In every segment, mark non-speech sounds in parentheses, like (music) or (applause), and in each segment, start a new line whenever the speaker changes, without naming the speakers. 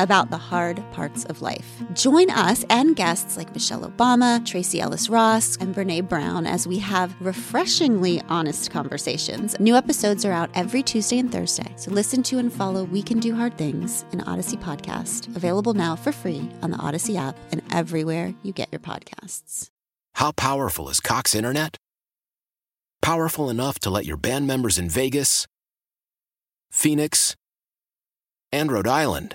about the hard parts of life. Join us and guests like Michelle Obama, Tracy Ellis Ross, and Brene Brown as we have refreshingly honest conversations. New episodes are out every Tuesday and Thursday. So listen to and follow We Can Do Hard Things, an Odyssey podcast, available now for free on the Odyssey app and everywhere you get your podcasts.
How powerful is Cox Internet? Powerful enough to let your band members in Vegas, Phoenix, and Rhode Island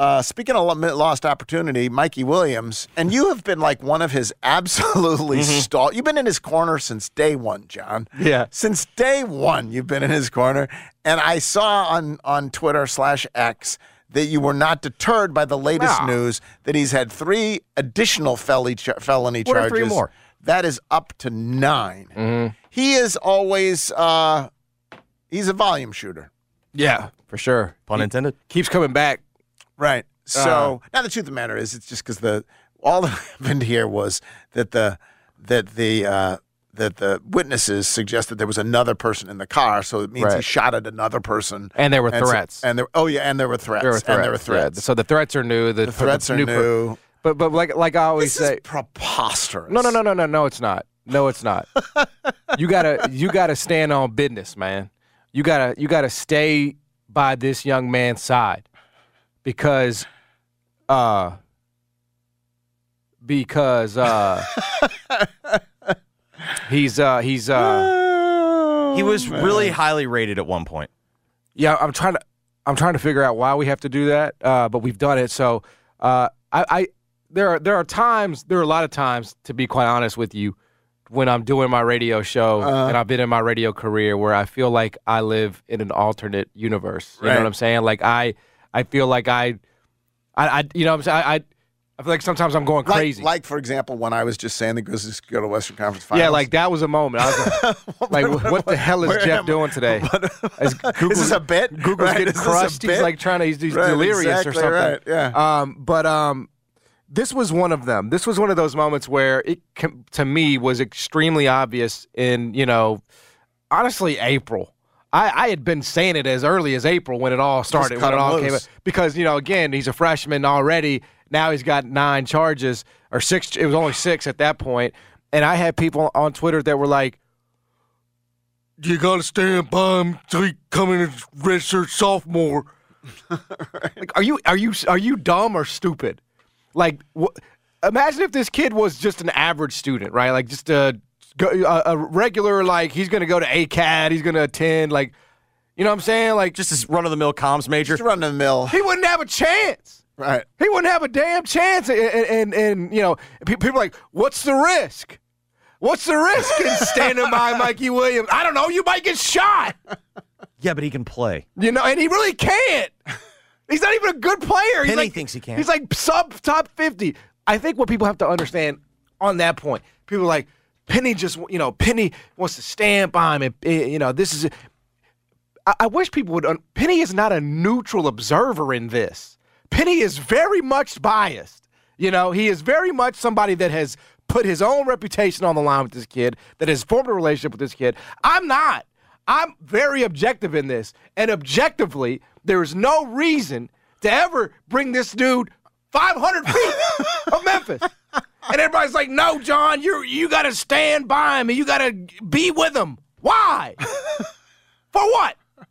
Uh, speaking of lo- lost opportunity, Mikey Williams, and you have been like one of his (laughs) absolutely stall. You've been in his corner since day one, John.
Mm-hmm. Yeah.
Since day one, you've been in his corner. And I saw on, on Twitter slash X that you were not deterred by the latest
No.
news that he's had three additional felony, char- felony
What are
charges.
three more? Mm-hmm.
That is up to 9 He is always, uh, he's a volume shooter.
Yeah, for sure.
Pun
He
intended.
keeps coming back.
Right.
Uh-huh.
So now the truth of the matter is, it's just because the all that (laughs) happened here was that the that the uh, that the witnesses suggested there was another person in the car, so it means he
Right.
shot at another person.
And there were
so-
threats.
and there, oh yeah, and there were threats. And there were
yeah.
threats.
So the threats are new. The,
the threats are
new.
new.
pro- but but like like I always
This
say,
is preposterous.
no no no no no no, it's not. No,
(laughs)
it's not. you gotta you gotta stand on business, man. You gotta you gotta stay by this young man's side because uh because
(laughs)
uh he's uh he's uh
He was really highly rated at one point.
Yeah, I'm trying to I'm trying to figure out why we have to do that, uh, but we've done it. So uh, I, I there are there are times there are a lot of times to be quite honest with you when I'm doing my radio show
Uh-huh.
and I've been in my radio career where I feel like I live in an alternate universe. You know
Right.
what I'm saying? Like I I feel like I I, I you know what I'm saying I, I I feel like sometimes I'm going
Like,
crazy.
like for example, when I was just saying the Grizzlies could go to Western Conference Finals.
yeah, like that was a moment. I
(laughs)
was like, like what, the hell is
where
Jeff
am I? (laughs)
doing today? Is
is this
Google's-
a bit?
Google's
Right,
getting
is this a
crushed. He's
bit?
like trying to. He's, he's
Right,
delirious or
exactly
something.
right, yeah.
Um, but um, this was one of them. This was one of those moments where it com- to me was extremely obvious. In you know, honestly, April. I, I had been saying it as early as April when it all started.
cut
When it
him
all came
loose.
because you know, again, he's a freshman already. Now he's got nine charges or six. It was only six at that point. And I had people on Twitter that were like, you gotta stand by him till he come in as redshirt sophomore. like, are you are you are you dumb or stupid? Like, wh- imagine if this kid was just an average student, right? Like, just a go- a, a regular. Like, he's gonna go to ACAD. He's gonna attend. Like, you know what I'm saying? Like, just
Just this run of the mill comms major.
just run the mill.
he wouldn't have a chance.
Right.
He wouldn't have a damn chance. And, and, and you know, pe- people are like, what's the risk? What's the risk in standing by Mikey Williams? I don't know. You might get shot.
Yeah, but he can play.
You know, and he really can't. He's not even a good player. He's
Penny
like,
thinks he can.
He's like sub top 50. I think what people have to understand on that point, people are like, Penny just, you know, Penny wants to stand by him. And, eh, you know, this is. I, I wish people would. Un- Penny is not a neutral observer in this. Penny is very much biased. You know, he is very much somebody that has put his own reputation on the line with this kid, that has formed a relationship with this kid. I'm not. I'm very objective in this. And objectively, there is no reason to ever bring this dude 500 feet of Memphis. And everybody's like, no, John, you you got to stand by him and you got to be with him. Why? For what?
Uh,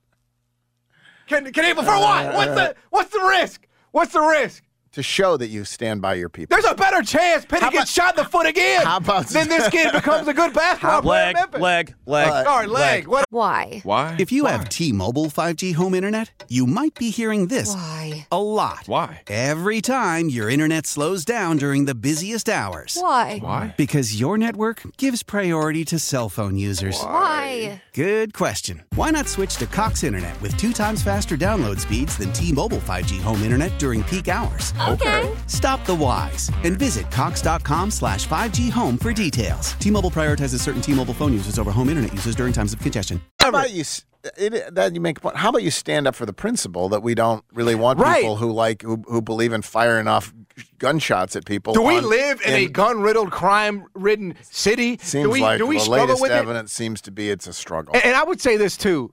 Can can he, for what? What's the what's the risk? What's the risk?
to show that you stand by your people.
There's a better chance Penny
How about-
gets shot in the foot again
How about-
then this
(laughs)
kid becomes a good basketball player. in
Leg,
Oh, Memphis. Uh,
leg, leg.
Sorry, leg. What?
Why?
Mm, Why?
If you have T-Mobile 5G home internet, you might be hearing this
Why?
a lot.
Why?
Every time your internet slows down during the busiest hours.
Why?
Why?
Because your network gives priority to cell phone users.
Why?
Good question. Why not switch to Cox Internet with two times faster download speeds than T-Mobile 5G home internet during peak hours?
Okay.
Stop the whys and visit cox.com slash 5G home for details. T-Mobile prioritizes certain T-Mobile phone users over home internet users during times of congestion.
How about you? s- It, that you make a point. How about you stand up for the principle that we don't really want
Right.
people who like who, who believe in firing off gunshots at people.
Do we
on-
live in, a gun-riddled, crime-ridden city?
Seems
do we,
like
do we
the
struggle
latest
with it? Eh,
evidence seems to be it's a struggle.
And, and I would say this too.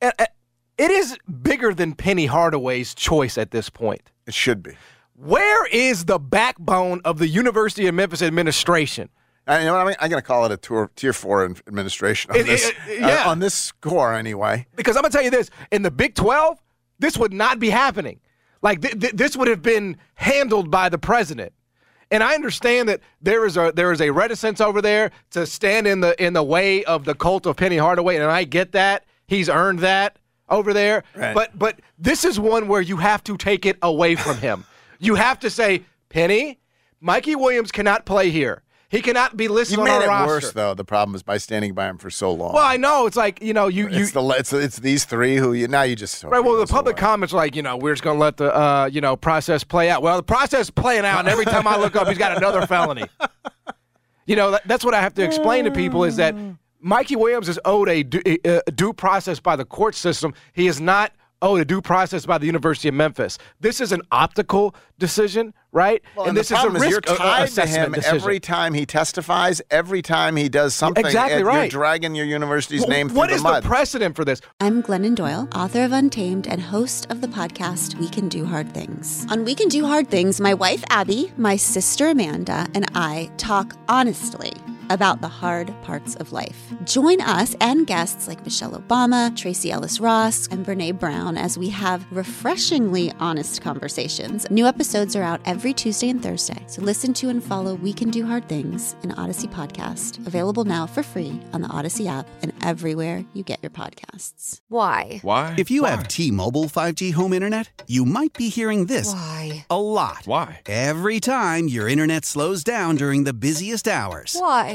And- and It is bigger than Penny Hardaway's choice at this point.
it should be.
Where is the backbone of the University of Memphis administration?
I, you know what I mean? I'm going to call it a tour, tier four in- administration on
It- it-
this.
it- yeah.
uh, on this score anyway.
Because I'm gonna tell you this: in the Big 12, this would not be happening. Like th- th- this would have been handled by the president. And I understand that there is a there is a reticence over there to stand in the in the way of the cult of Penny Hardaway, and I get that he's earned that over there.
Right.
But but this is one where you have to take it away from him. (laughs) you have to say, Penny, Mikey Williams cannot play here. He cannot be listed
You
on
made
our
it
roster.
worse though. The problem is by standing by him for so long.
Well, I know it's like you know you you
it's the le- it's, it's these three who you now you just hope
Right.
he
Well, the
goes
public
away.
comments are like, you know, we're just gonna let the uh, you know process play out. Well, the process playing out, and every time I look up, he's got another felony. You know, that, that's what I have to explain to people is that Mikey Williams is owed a due, a a due process by the court system. He is not owed a due process by the University of Memphis. This is an optical decision, right?
Well, and,
this
the problem
is a
you're
risk a-
tied to
uh, assessment
him
decision.
every time he testifies, every time he does something.
Exactly
and You're
right.
dragging your university's
Wh-
name
what
through
is
the mud.
the precedent for this?
I'm Glennon Doyle, author of Untamed and host of the podcast We Can Do Hard Things. On We Can Do Hard Things, my wife Abby, my sister Amanda, and I talk honestly about the hard parts of life. Join us and guests like Michelle Obama, Tracy Ellis Ross, and Brene Brown as we have refreshingly honest conversations. New episodes are out every Tuesday and Thursday. So listen to and follow We Can Do Hard Things, an Odyssey podcast, available now for free on the Odyssey app and everywhere you get your podcasts.
Why?
Why?
If you
Why?
have T-Mobile 5G home internet, you might be hearing this
Why?
a lot.
Why?
Every time your internet slows down during the busiest hours.
Why?